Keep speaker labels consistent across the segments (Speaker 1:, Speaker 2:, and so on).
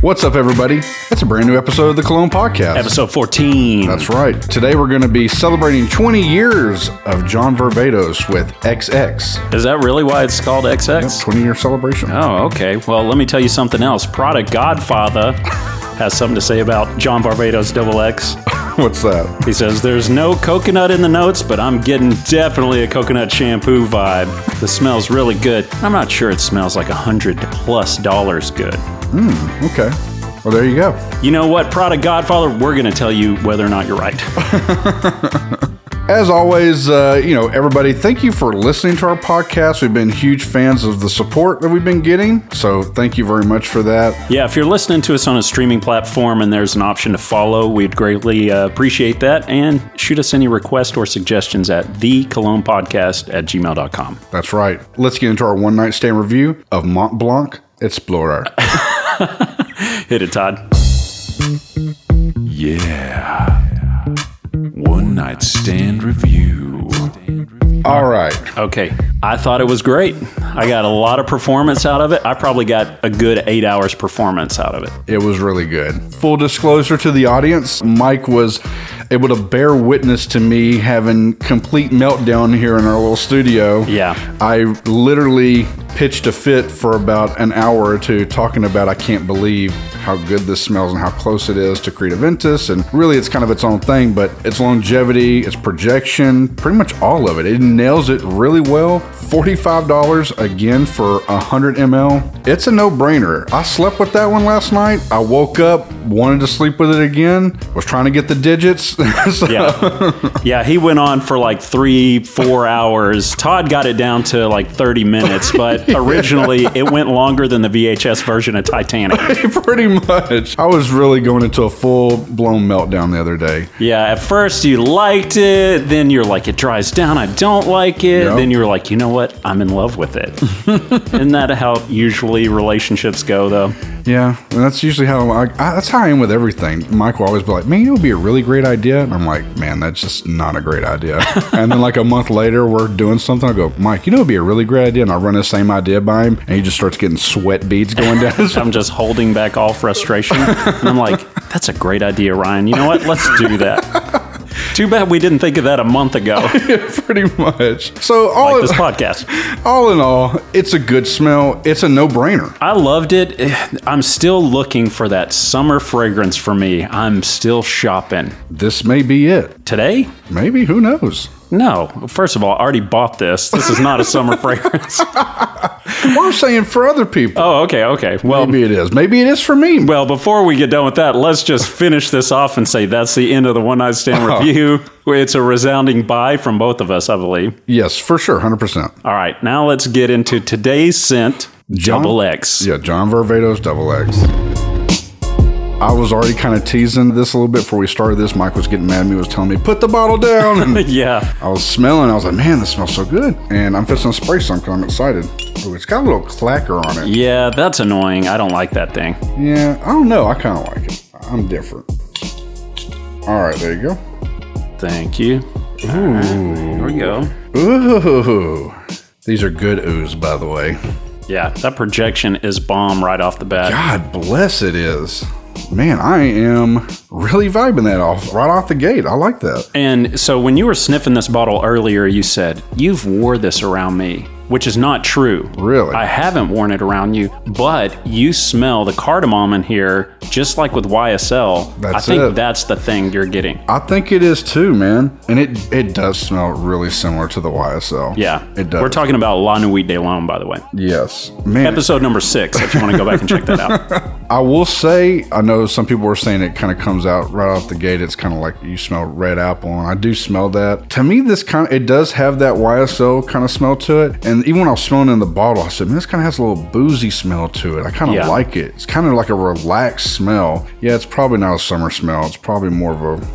Speaker 1: What's up, everybody? That's a brand new episode of the Cologne Podcast.
Speaker 2: Episode 14.
Speaker 1: That's right. Today we're going to be celebrating 20 years of John Vervatos with XX.
Speaker 2: Is that really why it's called XX?
Speaker 1: 20 year celebration.
Speaker 2: Oh, okay. Well, let me tell you something else. Prada Godfather has something to say about John Barbados Double X.
Speaker 1: What's that?
Speaker 2: He says, There's no coconut in the notes, but I'm getting definitely a coconut shampoo vibe. The smell's really good. I'm not sure it smells like a hundred plus dollars good.
Speaker 1: Okay. Well, there you go.
Speaker 2: You know what, Prada Godfather? We're going to tell you whether or not you're right.
Speaker 1: As always, uh, you know, everybody, thank you for listening to our podcast. We've been huge fans of the support that we've been getting. So thank you very much for that.
Speaker 2: Yeah, if you're listening to us on a streaming platform and there's an option to follow, we'd greatly uh, appreciate that. And shoot us any requests or suggestions at thecolognepodcast at gmail.com.
Speaker 1: That's right. Let's get into our one night stand review of Mont Blanc Explorer.
Speaker 2: Hit it, Todd.
Speaker 3: Yeah. One night stand review.
Speaker 1: All right.
Speaker 2: Okay. I thought it was great. I got a lot of performance out of it. I probably got a good eight hours performance out of it.
Speaker 1: It was really good. Full disclosure to the audience, Mike was able to bear witness to me having complete meltdown here in our little studio.
Speaker 2: Yeah.
Speaker 1: I literally pitched a fit for about an hour or two talking about I can't believe how good this smells and how close it is to Creed Aventus and really it's kind of its own thing, but its longevity, its projection, pretty much all of it. It nails it really well. $45 again for 100 ml. It's a no-brainer. I slept with that one last night. I woke up, wanted to sleep with it again. Was trying to get the digits. So-
Speaker 2: Yeah. yeah, he went on for like three, four hours. Todd got it down to like 30 minutes, but originally it went longer than the VHS version of Titanic.
Speaker 1: pretty much. I was really going into a full-blown meltdown the other day.
Speaker 2: Yeah, at first you liked it, then you're like, it dries down, I don't like it.
Speaker 1: Yep.
Speaker 2: Then you're like, you know what? I'm in love with it. Isn't that how usually relationships go, though?
Speaker 1: Yeah, and that's usually how I, I that's how I am with everything. Mike will always be like, "Man, it would be a really great idea," and I'm like, "Man, that's just not a great idea." and then like a month later, we're doing something. I go, "Mike, you know, it'd be a really great idea," and I run the same idea by him, and he just starts getting sweat beads going down. his
Speaker 2: I'm just holding back all frustration. And I'm like, that's a great idea, Ryan. You know what? Let's do that. Too bad we didn't think of that a month ago,
Speaker 1: pretty much. So all
Speaker 2: like this
Speaker 1: in-
Speaker 2: podcast.
Speaker 1: all in all, it's a good smell. It's a no brainer.
Speaker 2: I loved it. I'm still looking for that summer fragrance for me. I'm still shopping.
Speaker 1: This may be it.
Speaker 2: Today?
Speaker 1: Maybe who knows?
Speaker 2: No. First of all, I already bought this. This is not a summer fragrance.
Speaker 1: Well, I'm saying for other people,
Speaker 2: Oh, okay, okay. Well,
Speaker 1: maybe it is. Maybe it is for me.
Speaker 2: well, before we get done with that, let's just finish this off and say that's the end of the one night stand
Speaker 1: Oh.
Speaker 2: review. It's a resounding buy from both of us, I believe.
Speaker 1: Yes, for sure, hundred percent.
Speaker 2: All right, now let's get into today's scent.
Speaker 1: John-
Speaker 2: Double X.
Speaker 1: Yeah, John Varvatos, double X. I was already kind of teasing this a little bit before we started this. Mike was getting mad at me, was telling me, put the bottle down. And
Speaker 2: Yeah.
Speaker 1: I was smelling, I was like, man, this smells so good. And I'm fixing to spray some because I'm excited. Ooh, it's got a little clacker on it.
Speaker 2: Yeah, that's annoying. I don't like that thing.
Speaker 1: Yeah, I don't know. I kind of like it. I'm different. All right, there you go.
Speaker 2: Thank you. Ooh. Here we go.
Speaker 1: Ooh. These are good ooze, by the way.
Speaker 2: Yeah, that projection is bomb right off the bat.
Speaker 1: God bless it is. Man, I am really vibing that off right off the gate. I like that.
Speaker 2: And so when you were sniffing this bottle earlier, you said, You've wore this around me, which is not true.
Speaker 1: Really?
Speaker 2: I haven't worn it around you, but you smell the cardamom in here, just like with YSL. I
Speaker 1: That's
Speaker 2: think
Speaker 1: it.
Speaker 2: that's the thing you're getting.
Speaker 1: I think it is too, man. And it it does smell really similar to the YSL.
Speaker 2: Yeah.
Speaker 1: it does.
Speaker 2: We're talking about La Nuit de Lone, by the way.
Speaker 1: Yes, man.
Speaker 2: Episode number six, if you want to go back and check that out.
Speaker 1: I will say, I know some people were saying it kind of comes out right off the gate. It's kind of like you smell red apple, and I do smell that. To me, this kind of it does have that YSL kind of smell to it. And even when I was smelling it in the bottle, I said, man, this kind of has a little boozy smell to it. I kind of
Speaker 2: Yeah.
Speaker 1: like it. It's kind of like a relaxed smell. Yeah, it's probably not a summer smell. It's probably more of a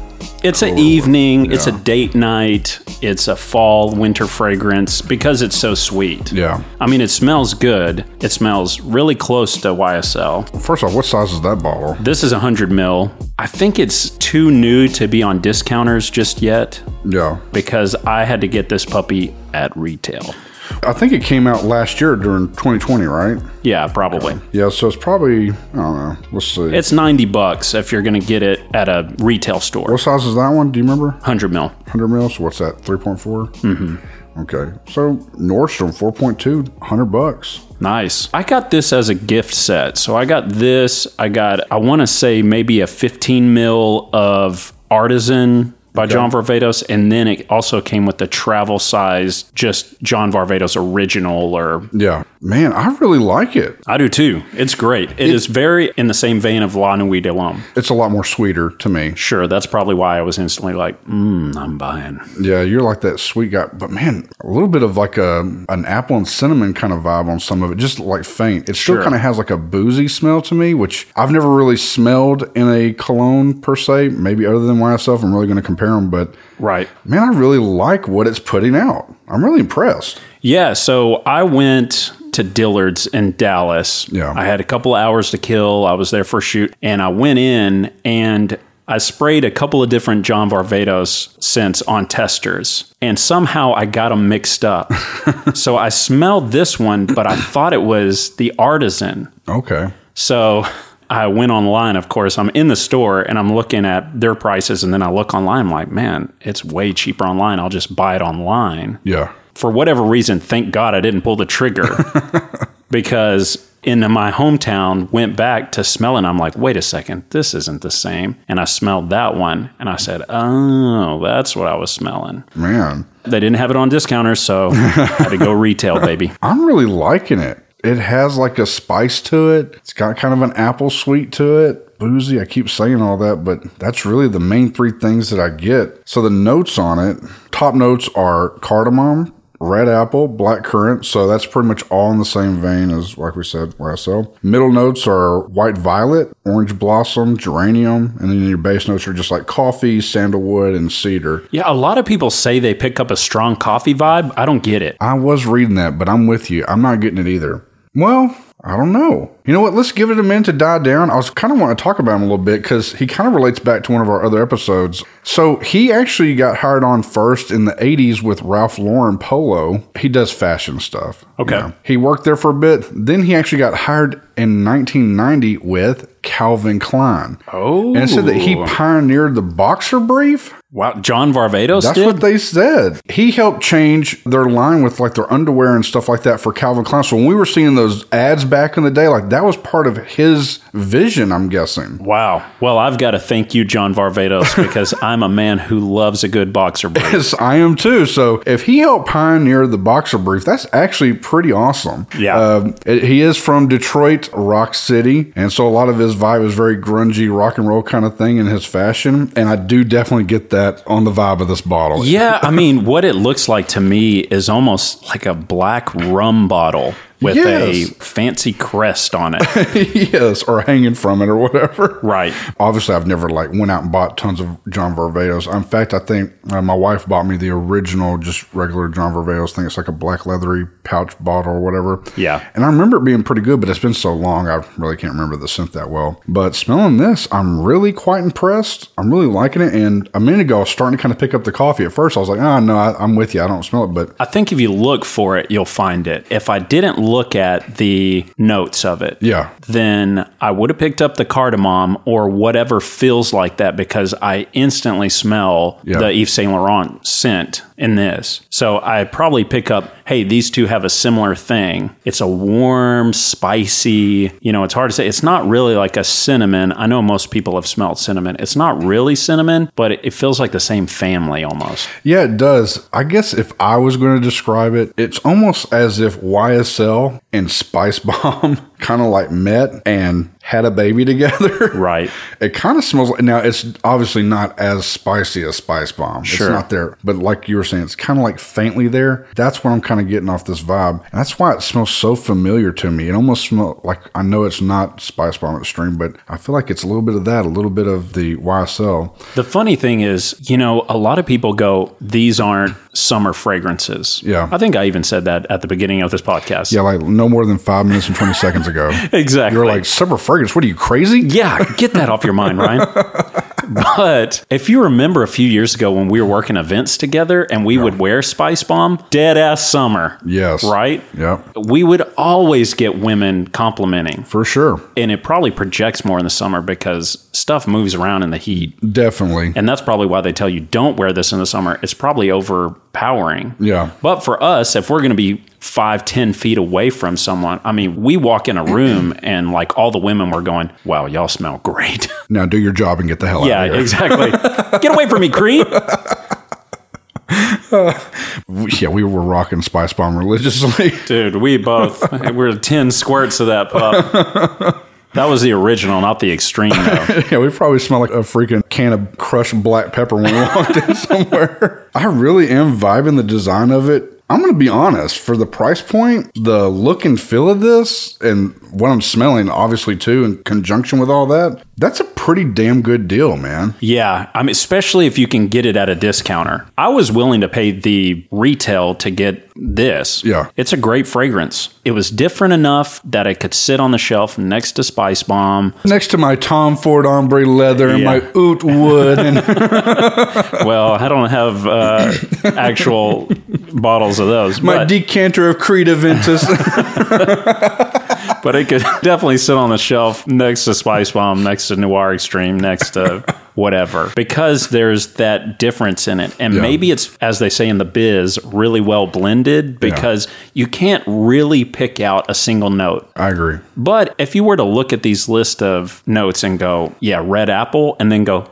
Speaker 2: It's an evening, it's a date night, it's a fall, winter fragrance because it's so sweet.
Speaker 1: yeah.
Speaker 2: I mean, it smells good. It smells really close to YSL.
Speaker 1: First off, what size is that bottle?
Speaker 2: This is 100 mil. I think it's too new to be on discounters just yet
Speaker 1: Yeah.
Speaker 2: because I had to get this puppy at retail.
Speaker 1: I think it came out last year during 2020, right?
Speaker 2: Yeah, probably.
Speaker 1: Yeah, so it's probably, I don't know. Let's see.
Speaker 2: It's 90 bucks if you're going to get it at a retail store.
Speaker 1: what size is that one? Do you remember?
Speaker 2: 100 mil.
Speaker 1: 100 mils? What's that? 3.4? Mm-hmm. Okay. So Nordstrom, 4.2, 100 bucks.
Speaker 2: Nice. I got this as a gift set. So I got this. I got, I want to say maybe a 15 mil of Artisan by John Varvatos. And then it also came with the travel size, just John Varvatos original or
Speaker 1: Yeah. Man, I really like it.
Speaker 2: I do too. It's great. it is very in the same vein of La Nuit de l'Homme.
Speaker 1: It's a lot more sweeter to me.
Speaker 2: Sure, that's probably why I was instantly like, mm, I'm buying.
Speaker 1: Yeah, you're like that sweet guy, but man, a little bit of like a an apple and cinnamon kind of vibe on some of it, just like faint. It still
Speaker 2: Sure.
Speaker 1: kind of has like a boozy smell to me, which I've never really smelled in a cologne per se. Maybe other than myself, I'm really going to compare them, but
Speaker 2: Right.
Speaker 1: man, I really like what it's putting out. I'm really impressed.
Speaker 2: Yeah, so I went to Dillard's in Dallas.
Speaker 1: Yeah.
Speaker 2: I had a couple of hours to kill. I was there for a shoot and I went in and I sprayed a couple of different John Varvatos scents on testers and somehow I got them mixed up. so I smelled this one, but I thought it was the artisan.
Speaker 1: Okay,
Speaker 2: So I went online, of course. I'm in the store and I'm looking at their prices. And then I look online, I'm like, man, it's way cheaper online. I'll just buy it online.
Speaker 1: yeah,
Speaker 2: For whatever reason, thank God I didn't pull the trigger because in my hometown, went back to smelling. I'm like, wait a second, this isn't the same. And I smelled that one and I said, oh, that's what I was smelling.
Speaker 1: man,
Speaker 2: They didn't have it on discounters, so I had to go retail, baby.
Speaker 1: I'm really liking it. It has like a spice to it. It's got kind of an apple sweet to it. Boozy, I keep saying all that, but that's really the main three things that I get. So the notes on it, top notes are cardamom, red apple, black currant. So that's pretty much all in the same vein as like we said last sell. Middle notes are white violet, orange blossom, geranium, and then your base notes are just like coffee, sandalwood, and cedar.
Speaker 2: Yeah, a lot of people say they pick up a strong coffee vibe. I don't get it.
Speaker 1: I was reading that, but I'm with you. I'm not getting it either. Well, I don't know. You know what? Let's give it a minute to die down. I was kind of want to talk about him a little bit because he kind of relates back to one of our other episodes. So he actually got hired on first in the 80s with Ralph Lauren Polo. He does fashion stuff.
Speaker 2: Okay.
Speaker 1: He worked there for a bit. Then he actually got hired in 1990 with Calvin Klein.
Speaker 2: Oh,
Speaker 1: And it said that he pioneered the boxer brief.
Speaker 2: wow, John Varvatos
Speaker 1: That's
Speaker 2: did.
Speaker 1: what they said. He helped change their line with like their underwear and stuff like that for Calvin Klein. So when we were seeing those ads back in the day, like that was part of his vision, I'm guessing.
Speaker 2: wow. Well, I've got to thank you, John Varvatos, because I'm a man who loves a good boxer brief.
Speaker 1: Yes, I am too. So if he helped pioneer the boxer brief, that's actually pretty awesome.
Speaker 2: Yeah.
Speaker 1: Um, it- he is from Detroit, Rock City. And so a lot of his vibe is very grungy, rock and roll kind of thing in his fashion. And I do definitely get that on the vibe of this bottle.
Speaker 2: yeah, I mean, what it looks like to me is almost like a black rum bottle with
Speaker 1: Yes.
Speaker 2: a fancy crest on it.
Speaker 1: yes, or hanging from it or whatever.
Speaker 2: Right.
Speaker 1: Obviously, I've never like went out and bought tons of John Varvatos. In fact, I think uh, my wife bought me the original, just regular John Varvatos thing. It's like a black leathery pouch bottle or whatever.
Speaker 2: Yeah.
Speaker 1: And I remember it being pretty good, but it's been so long, I really can't remember the scent that well. But smelling this, I'm really quite impressed. I'm really liking it. And a minute ago, I was starting to kind of pick up the coffee. At first, I was like, oh, no, I, I'm with you. I don't smell it, but
Speaker 2: I think if you look for it, you'll find it. If I didn't look at the notes of it,
Speaker 1: yeah.
Speaker 2: then I would have picked up the cardamom or whatever feels like that because I instantly smell
Speaker 1: Yeah.
Speaker 2: the Yves Saint Laurent scent in this. So I probably pick up, hey, these two have a similar thing. It's a warm, spicy, you know, it's hard to say. It's not really like a cinnamon. I know most people have smelled cinnamon. It's not really cinnamon, but it, it feels like the same family almost.
Speaker 1: Yeah, it does. I guess if I was going to describe it, it's almost as if YSL and Spice Bomb kind of like met and had a baby together.
Speaker 2: Right.
Speaker 1: It kind of smells like now it's obviously not as spicy as Spice Bomb.
Speaker 2: Sure.
Speaker 1: It's not there, but like you were saying, it's kind of like faintly there. That's what I'm kind of getting off this vibe. And that's why it smells so familiar to me. It almost smells like I know it's not Spice Bomb Extreme, but I feel like it's a little bit of that, a little bit of the YSL.
Speaker 2: The funny thing is, you know, a lot of people go, these aren't summer fragrances.
Speaker 1: Yeah.
Speaker 2: I think I even said that at the beginning of this podcast.
Speaker 1: Yeah, like no more than five minutes and 20 seconds ago.
Speaker 2: Exactly.
Speaker 1: You're like, summer fragrance. What are you, crazy?
Speaker 2: Yeah, get that off your mind, Ryan. But if you remember a few years ago when we were working events together and we would wear Spice Bomb, dead ass summer.
Speaker 1: Yes.
Speaker 2: Right?
Speaker 1: Yep.
Speaker 2: We would always get women complimenting.
Speaker 1: For sure.
Speaker 2: And it probably projects more in the summer because stuff moves around in the heat.
Speaker 1: Definitely.
Speaker 2: And that's probably why they tell you don't wear this in the summer. It's probably overpowering.
Speaker 1: Yeah.
Speaker 2: But for us, if we're going to be five, 10 feet away from someone, I mean, we walk in a room and like all the women were going, wow, y'all smell great.
Speaker 1: Now do your job and get the hell
Speaker 2: yeah,
Speaker 1: out of here.
Speaker 2: exactly. Get away from me, creep.
Speaker 1: Yeah, we were rocking Spice Bomb religiously.
Speaker 2: Dude, we both, we're 10 squirts of that pup. That was the original, not the extreme, though.
Speaker 1: yeah, we probably smell like a freaking can of crushed black pepper when we walked in somewhere. I really am vibing the design of it. I'm going to be honest, for the price point, the look and feel of this, and what I'm smelling, obviously, too, in conjunction with all that, that's a pretty damn good deal, man.
Speaker 2: Yeah, I mean, especially if you can get it at a discounter. I was willing to pay the retail to get this.
Speaker 1: Yeah.
Speaker 2: It's a great fragrance. It was different enough that it could sit on the shelf next to Spice Bomb.
Speaker 1: Next to my Tom Ford ombre leather and
Speaker 2: Yeah.
Speaker 1: my oot wood and
Speaker 2: Well, I don't have uh, actual bottles of those,
Speaker 1: my
Speaker 2: but,
Speaker 1: decanter of Creed Aventus.
Speaker 2: but it could definitely sit on the shelf next to Spice Bomb, next to Noir Extreme, next to whatever, because there's that difference in it. And
Speaker 1: Yeah.
Speaker 2: maybe it's, as they say in the biz, really well blended because you can't really pick out a single note.
Speaker 1: I agree.
Speaker 2: But if you were to look at these list of notes and go, yeah, red apple, and then go,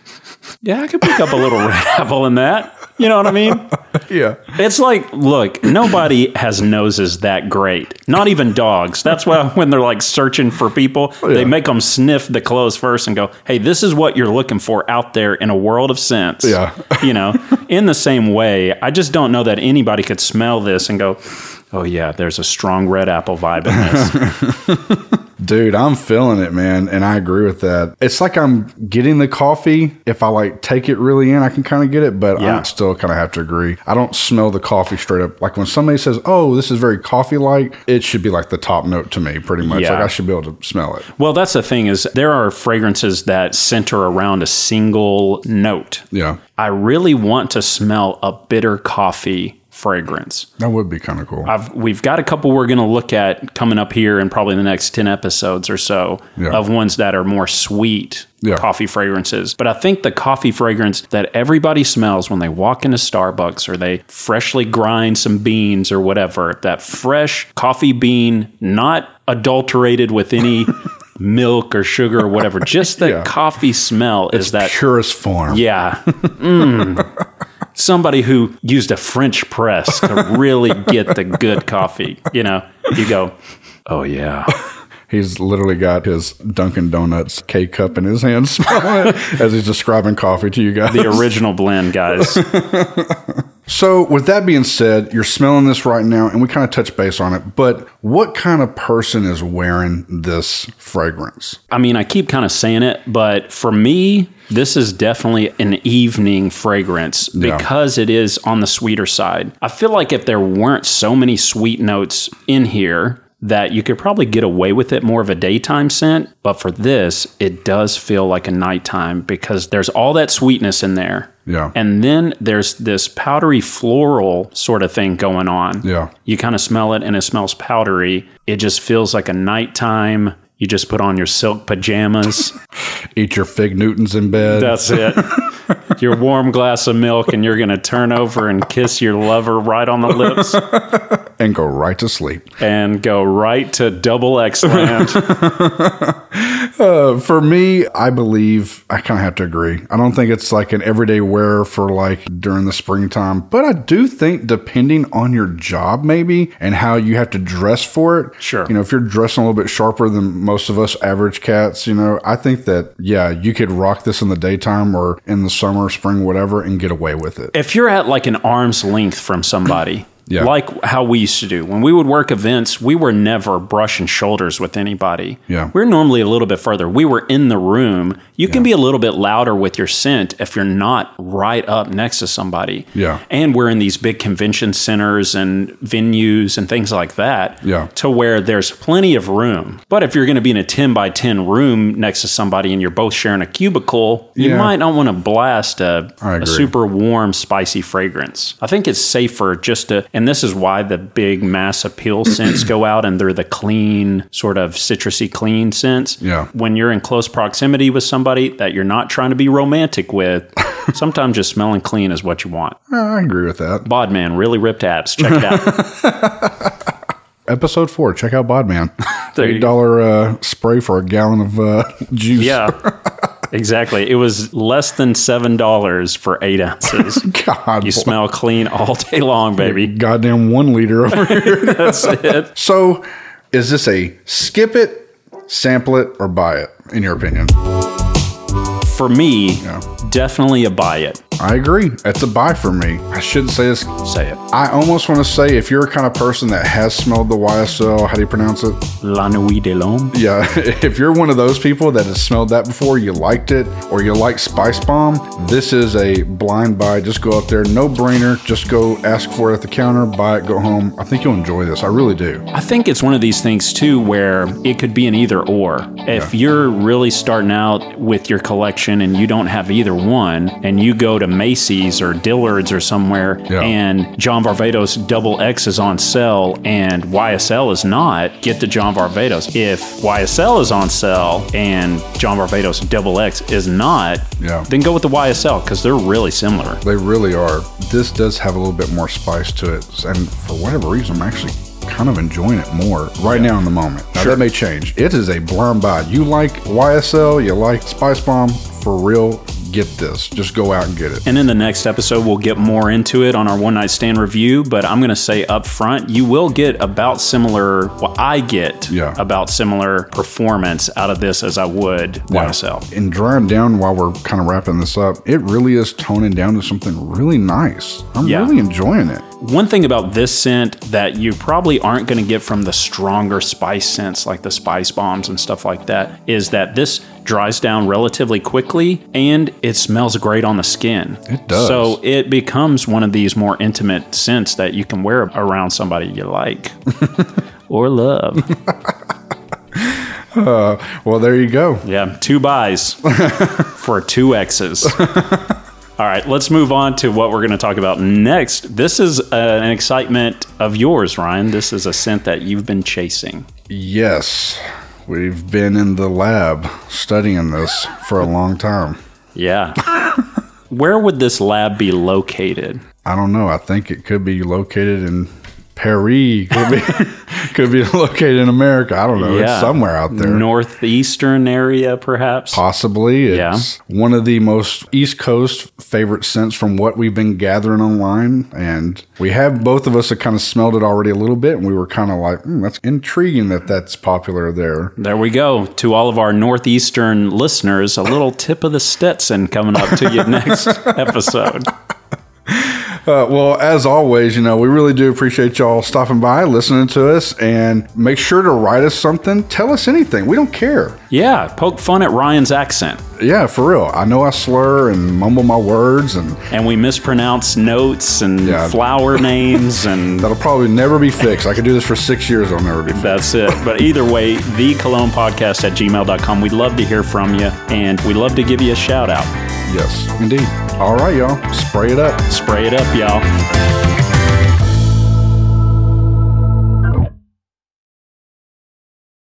Speaker 2: yeah, I could pick up a little red apple in that. You know what I mean?
Speaker 1: Yeah.
Speaker 2: It's like, look, nobody has noses that great. Not even dogs. That's why when they're like searching for people, they make them sniff the clothes first and go, hey, this is what you're looking for out there in a world of sense.
Speaker 1: Yeah.
Speaker 2: you know, in the same way, I just don't know that anybody could smell this and go, oh, yeah, there's a strong red apple vibe in this.
Speaker 1: Dude, I'm feeling it, man, and I agree with that. It's like I'm getting the coffee. If I like take it really in, I can kind of get it, but
Speaker 2: Yeah.
Speaker 1: I still kind of have to agree. I don't smell the coffee straight up. Like when somebody says, "Oh, this is very coffee-like," it should be like the top note to me, pretty much.
Speaker 2: Yeah.
Speaker 1: Like I should be able to smell it.
Speaker 2: Well, that's the thing is there are fragrances that center around a single note.
Speaker 1: Yeah,
Speaker 2: I really want to smell a bitter coffee fragrance.
Speaker 1: that would be kind of cool.
Speaker 2: I've, we've got a couple we're going to look at coming up here in probably the next 10 episodes or so
Speaker 1: Yeah.
Speaker 2: of ones that are more sweet
Speaker 1: Yeah.
Speaker 2: coffee fragrances. But I think the coffee fragrance that everybody smells when they walk into Starbucks or they freshly grind some beans or whatever, that fresh coffee bean, not adulterated with any milk or sugar or whatever, just the
Speaker 1: Yeah.
Speaker 2: coffee smell is that
Speaker 1: Purest form.
Speaker 2: yeah. Mm. Somebody who used a French press to really get the good coffee. You know, you go, oh, yeah.
Speaker 1: He's literally got his Dunkin' Donuts K cup in his hand, smelling it as he's describing coffee to you guys.
Speaker 2: The original blend, guys.
Speaker 1: So, with that being said, you're smelling this right now, and we kind of touch base on it, but what kind of person is wearing this fragrance?
Speaker 2: I mean, I keep kind of saying it, but for me, this is definitely an evening fragrance because it is on the sweeter side. I feel like if there weren't so many sweet notes in here, that you could probably get away with it more of a daytime scent. But for this, it does feel like a nighttime because there's all that sweetness in there.
Speaker 1: Yeah.
Speaker 2: And then there's this powdery floral sort of thing going on.
Speaker 1: Yeah.
Speaker 2: You kind of smell it and it smells powdery. It just feels like a nighttime. You just put on your silk pajamas.
Speaker 1: Eat your fig Newtons in bed.
Speaker 2: That's it. your warm glass of milk, and you're going to turn over and kiss your lover right on the lips
Speaker 1: and go right to sleep.
Speaker 2: and go right to double X land.
Speaker 1: Uh, for me, I believe I kind of have to agree. I don't think it's like an everyday wear for like during the springtime, but I do think depending on your job, maybe, and how you have to dress for it.
Speaker 2: Sure.
Speaker 1: You know, if you're dressing a little bit sharper than most of us average cats, you know, I think that, yeah, you could rock this in the daytime or in the summer, spring, whatever, and get away with it.
Speaker 2: if you're at like an arm's length from somebody,
Speaker 1: Yeah.
Speaker 2: like how we used to do when we would work events, we were never brushing shoulders with anybody.
Speaker 1: Yeah.
Speaker 2: we were normally a little bit further. We were in the room. You can be a little bit louder with your scent if you're not right up next to somebody.
Speaker 1: Yeah.
Speaker 2: And we're in these big convention centers and venues and things like that.
Speaker 1: Yeah.
Speaker 2: To where there's plenty of room. But if you're going to be in a 10 by 10 room next to somebody and you're both sharing a cubicle, you
Speaker 1: Yeah.
Speaker 2: might not want to blast a,
Speaker 1: I
Speaker 2: a
Speaker 1: agree.
Speaker 2: super warm, spicy fragrance. I think it's safer just to, and this is why the big mass appeal scents go out and they're the clean, sort of citrusy clean scents.
Speaker 1: Yeah.
Speaker 2: When you're in close proximity with somebody that you're not trying to be romantic with, sometimes just smelling clean is what you want.
Speaker 1: I agree with that.
Speaker 2: Bodman, really ripped abs. Check it out.
Speaker 1: Episode four. Check out Bodman.
Speaker 2: There
Speaker 1: Eight
Speaker 2: you go.
Speaker 1: dollar uh, spray for a gallon of uh, juice.
Speaker 2: Yeah. Exactly. It was less than $7 for eight ounces.
Speaker 1: God.
Speaker 2: You
Speaker 1: boy.
Speaker 2: smell clean all day long, baby.
Speaker 1: Goddamn one liter over here.
Speaker 2: That's it.
Speaker 1: So, is this a skip it, sample it, or buy it? In your opinion,
Speaker 2: For me, definitely a buy it.
Speaker 1: I agree. It's a buy for me. I shouldn't say this.
Speaker 2: Say it.
Speaker 1: I almost want to say if you're a kind of person that has smelled the YSL, how do you pronounce it?
Speaker 2: La Nuit de l'Homme.
Speaker 1: Yeah, if you're one of those people that has smelled that before, you liked it, or you like Spice Bomb, this is a blind buy. Just go out there, no brainer. Just go ask for it at the counter, buy it, go home. I think you'll enjoy this. I really do.
Speaker 2: I think it's one of these things too where it could be an either or. If you're really starting out with your collection and you don't have either one, and you go to Macy's or Dillard's or somewhere,
Speaker 1: Yeah.
Speaker 2: and John Varvatos Double X is on sale and YSL is not, get the John Varvatos. If YSL is on sale and John Varvatos Double X is not,
Speaker 1: Yeah.
Speaker 2: then go with the YSL because they're really similar.
Speaker 1: They really are. This does have a little bit more spice to it, and for whatever reason, I'm actually kind of enjoying it more right now in the moment. Now, that may change. It is a blind buy. You like YSL, you like Spice Bomb, for real, get this. Just go out and get it.
Speaker 2: And in the next episode, we'll get more into it on our one night stand review. But I'm going to say up front, you will get about similar, well, I get
Speaker 1: Yeah.
Speaker 2: about similar performance out of this as I would YSL.
Speaker 1: And drawing down while we're kind of wrapping this up, it really is toning down to something really nice. I'm
Speaker 2: Yeah.
Speaker 1: really enjoying it.
Speaker 2: One thing about this scent that you probably aren't going to get from the stronger spice scents like the spice bombs and stuff like that is that this dries down relatively quickly and it smells great on the skin.
Speaker 1: It does.
Speaker 2: So it becomes one of these more intimate scents that you can wear around somebody you like or love.
Speaker 1: Well, there you go.
Speaker 2: Yeah, two buys for two X's. All right, let's move on to what we're going to talk about next. This is uh, an excitement of yours, Ryan. This is a scent that you've been chasing.
Speaker 1: Yes, we've been in the lab studying this for a long time.
Speaker 2: Yeah. Where would this lab be located?
Speaker 1: I don't know. I think it could be located in Paris. Could be could be located in America. I don't know. It's somewhere out there.
Speaker 2: Northeastern area, perhaps.
Speaker 1: Possibly.
Speaker 2: Yeah.
Speaker 1: It's one of the most East Coast favorite scents from what we've been gathering online. And we have both of us that kind of smelled it already a little bit. And we were kind of like, hmm, that's intriguing that that's popular there.
Speaker 2: there we go. To all of our Northeastern listeners, a little tip of the Stetson coming up to you next episode.
Speaker 1: Uh, well, as always, you know, we really do appreciate y'all stopping by, listening to us, and make sure to write us something. Tell us anything. We don't care.
Speaker 2: Yeah, poke fun at Ryan's accent.
Speaker 1: Yeah, for real. I know I slur and mumble my words, and
Speaker 2: and we mispronounce notes and
Speaker 1: Yeah.
Speaker 2: flower names and
Speaker 1: that'll probably never be fixed. I could do this for six years. I'll never be fixed.
Speaker 2: that's it but either way the cologne podcast at gmail.com we'd love to hear from you and we'd love to give you a shout out
Speaker 1: Yes, indeed. All right, y'all. Spray it up.
Speaker 2: spray it up y'all